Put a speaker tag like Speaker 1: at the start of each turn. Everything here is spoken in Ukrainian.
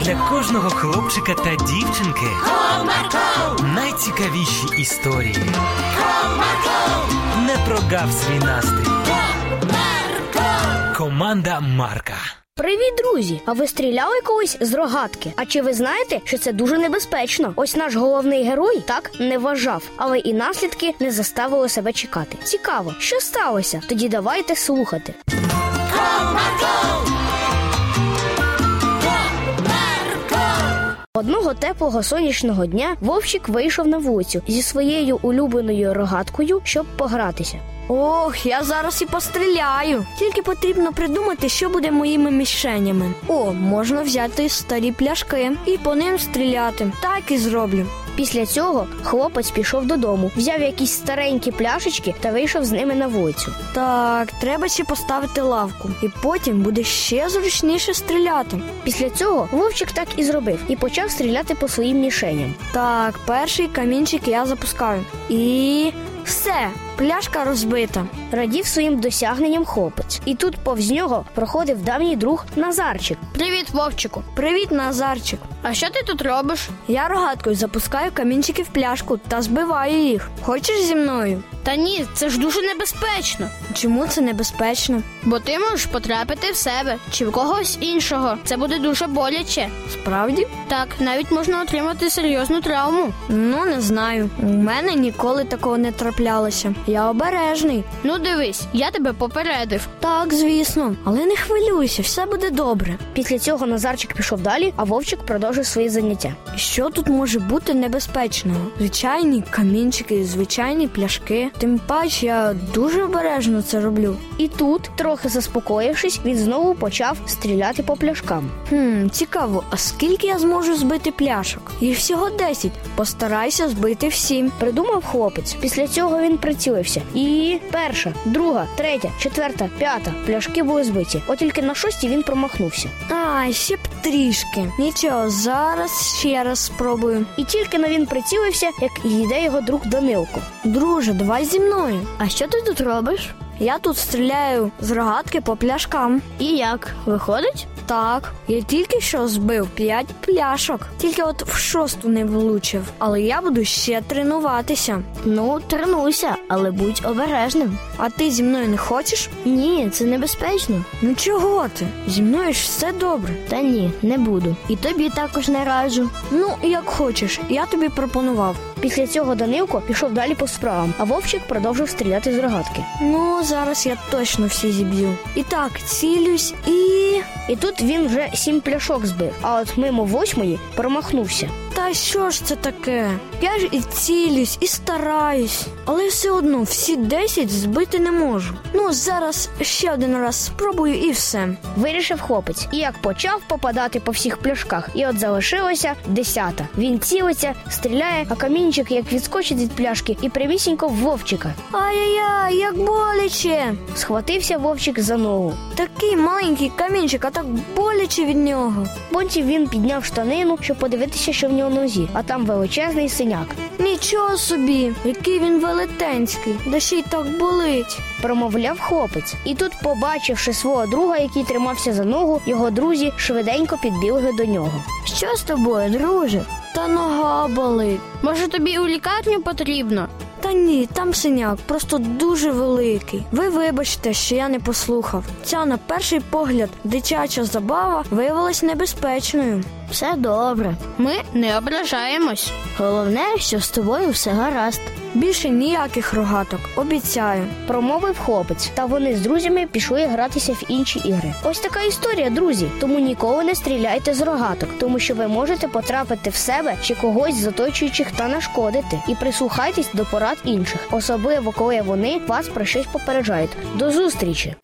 Speaker 1: для кожного хлопчика та дівчинки
Speaker 2: Comarco,
Speaker 1: найцікавіші історії.
Speaker 2: comarco,
Speaker 1: Не прогав свій настрій.
Speaker 2: comarco.
Speaker 1: Команда Марка.
Speaker 3: Привіт, друзі! А ви стріляли колись з рогатки? А чи ви знаєте, що це дуже небезпечно? Ось наш головний герой так не вважав, але і наслідки не заставили себе чекати. Цікаво, що сталося? Тоді давайте слухати. Одного теплого сонячного дня вовчик вийшов на вулицю зі своєю улюбленою рогаткою, щоб погратися.
Speaker 4: Ох, я зараз і постріляю. Тільки потрібно придумати, що буде моїми мішенями. О, можна взяти старі пляшки і по ним стріляти. Так і зроблю.
Speaker 3: Після цього хлопець пішов додому, взяв якісь старенькі пляшечки та вийшов з ними на вулицю.
Speaker 4: Так, треба ще поставити лавку, і потім буде ще зручніше стріляти.
Speaker 3: Після цього вовчик так і зробив і почав стріляти по своїм мішеням.
Speaker 4: Так, перший камінчик я запускаю. І все, пляшка розбита.
Speaker 3: Радів своїм досягненням хлопець, і тут повз нього проходив давній друг Назарчик.
Speaker 5: Привіт, Вовчику.
Speaker 4: Привіт, Назарчик.
Speaker 5: А що ти тут робиш?
Speaker 4: Я рогаткою запускаю камінчики в пляшку та збиваю їх. Хочеш зі мною?
Speaker 5: Та ні, це ж дуже небезпечно,
Speaker 4: Чому це небезпечно?
Speaker 5: бо ти можеш потрапити в себе чи в когось іншого. Це буде дуже боляче.
Speaker 4: Справді?
Speaker 5: Так, навіть можна отримати серйозну травму.
Speaker 4: Ну, не знаю. У мене ніколи такого не траплялося. Я обережний.
Speaker 5: Ну дивись, я тебе попередив.
Speaker 4: Так, звісно, але не хвилюйся, все буде добре.
Speaker 3: Після цього Назарчик пішов далі, а вовчик продовжив свої заняття.
Speaker 4: Що тут може бути небезпечного? Звичайні камінчики, звичайні пляшки. Тим паче я дуже обережно це роблю.
Speaker 3: І тут, трохи заспокоївшись, він знову почав стріляти по пляшкам.
Speaker 4: Хм, цікаво, а скільки я зможу збити пляшок? Їх всього 10. Постарайся збити всі.
Speaker 3: Придумав хлопець. Після цього він прицілився. І перша, друга, третя, четверта, п'ята пляшки були збиті. От тільки на шостій він промахнувся.
Speaker 4: А, ще б трішки. Нічого, зараз ще раз спробую.
Speaker 3: І тільки но він прицілився, як йде його друг Данилко.
Speaker 4: Друже, давай зі мною.
Speaker 3: А що ти тут робиш?
Speaker 4: Я тут стріляю з рогатки по пляшкам.
Speaker 3: І як? Виходить?
Speaker 4: Так, я тільки що збив п'ять пляшок, тільки от в шосту не влучив. Але я буду ще тренуватися.
Speaker 3: Ну, тренуйся, але будь обережним.
Speaker 4: А ти зі мною не хочеш?
Speaker 3: Ні, це небезпечно.
Speaker 4: Ну чого ти? Зі мною ж все добре.
Speaker 3: Та ні, не буду. І тобі також не раджу.
Speaker 4: Ну, як хочеш, я тобі пропонував.
Speaker 3: Після цього Данилко пішов далі по справам, а вовчик продовжив стріляти з рогатки.
Speaker 4: Ну, зараз я точно всі зіб'ю. І так, цілюсь і.
Speaker 3: І тут він вже сім пляшок збив, а от мимо восьмої промахнувся.
Speaker 4: Та що ж це таке? Я ж і цілюсь, і стараюсь, але все одно всі 10 збити не можу. Ну, зараз ще один раз спробую і все.
Speaker 3: Вирішив хлопець, і як почав попадати по всіх пляшках, і от залишилося десята. Він цілиться, стріляє, а камінчик як відскочить від пляшки, і прямісінько в вовчика.
Speaker 4: Ай-яй-яй, як боляче!
Speaker 3: Схватився вовчик за ногу.
Speaker 4: Такий маленький камінчик, а так боляче від нього.
Speaker 3: Потім він підняв штанину, щоб подивитися, що в нього на нозі, а там величезний синяк.
Speaker 4: Нічого собі, який він велетенський, да ще й так болить.
Speaker 3: Промовляв хлопець. І тут, побачивши свого друга, який тримався за ногу, його друзі швиденько підбігли до нього.
Speaker 4: Що з тобою, друже? Та нога болить.
Speaker 5: Може, тобі у лікарню потрібно?
Speaker 4: Та ні, там синяк, просто дуже великий. Ви вибачте, що я не послухав. Ця на перший погляд дитяча забава виявилась небезпечною.
Speaker 3: Все добре.
Speaker 5: Ми не ображаємось.
Speaker 3: Головне, що з тобою все гаразд.
Speaker 4: Більше ніяких рогаток, обіцяю.
Speaker 3: Промовив хлопець, та вони з друзями пішли гратися в інші ігри. Ось така історія, друзі. Тому ніколи не стріляйте з рогаток, тому що ви можете потрапити в себе чи когось з оточуючих та нашкодити. І прислухайтесь до порад інших, особливо коли вони вас про щось попереджають. До зустрічі!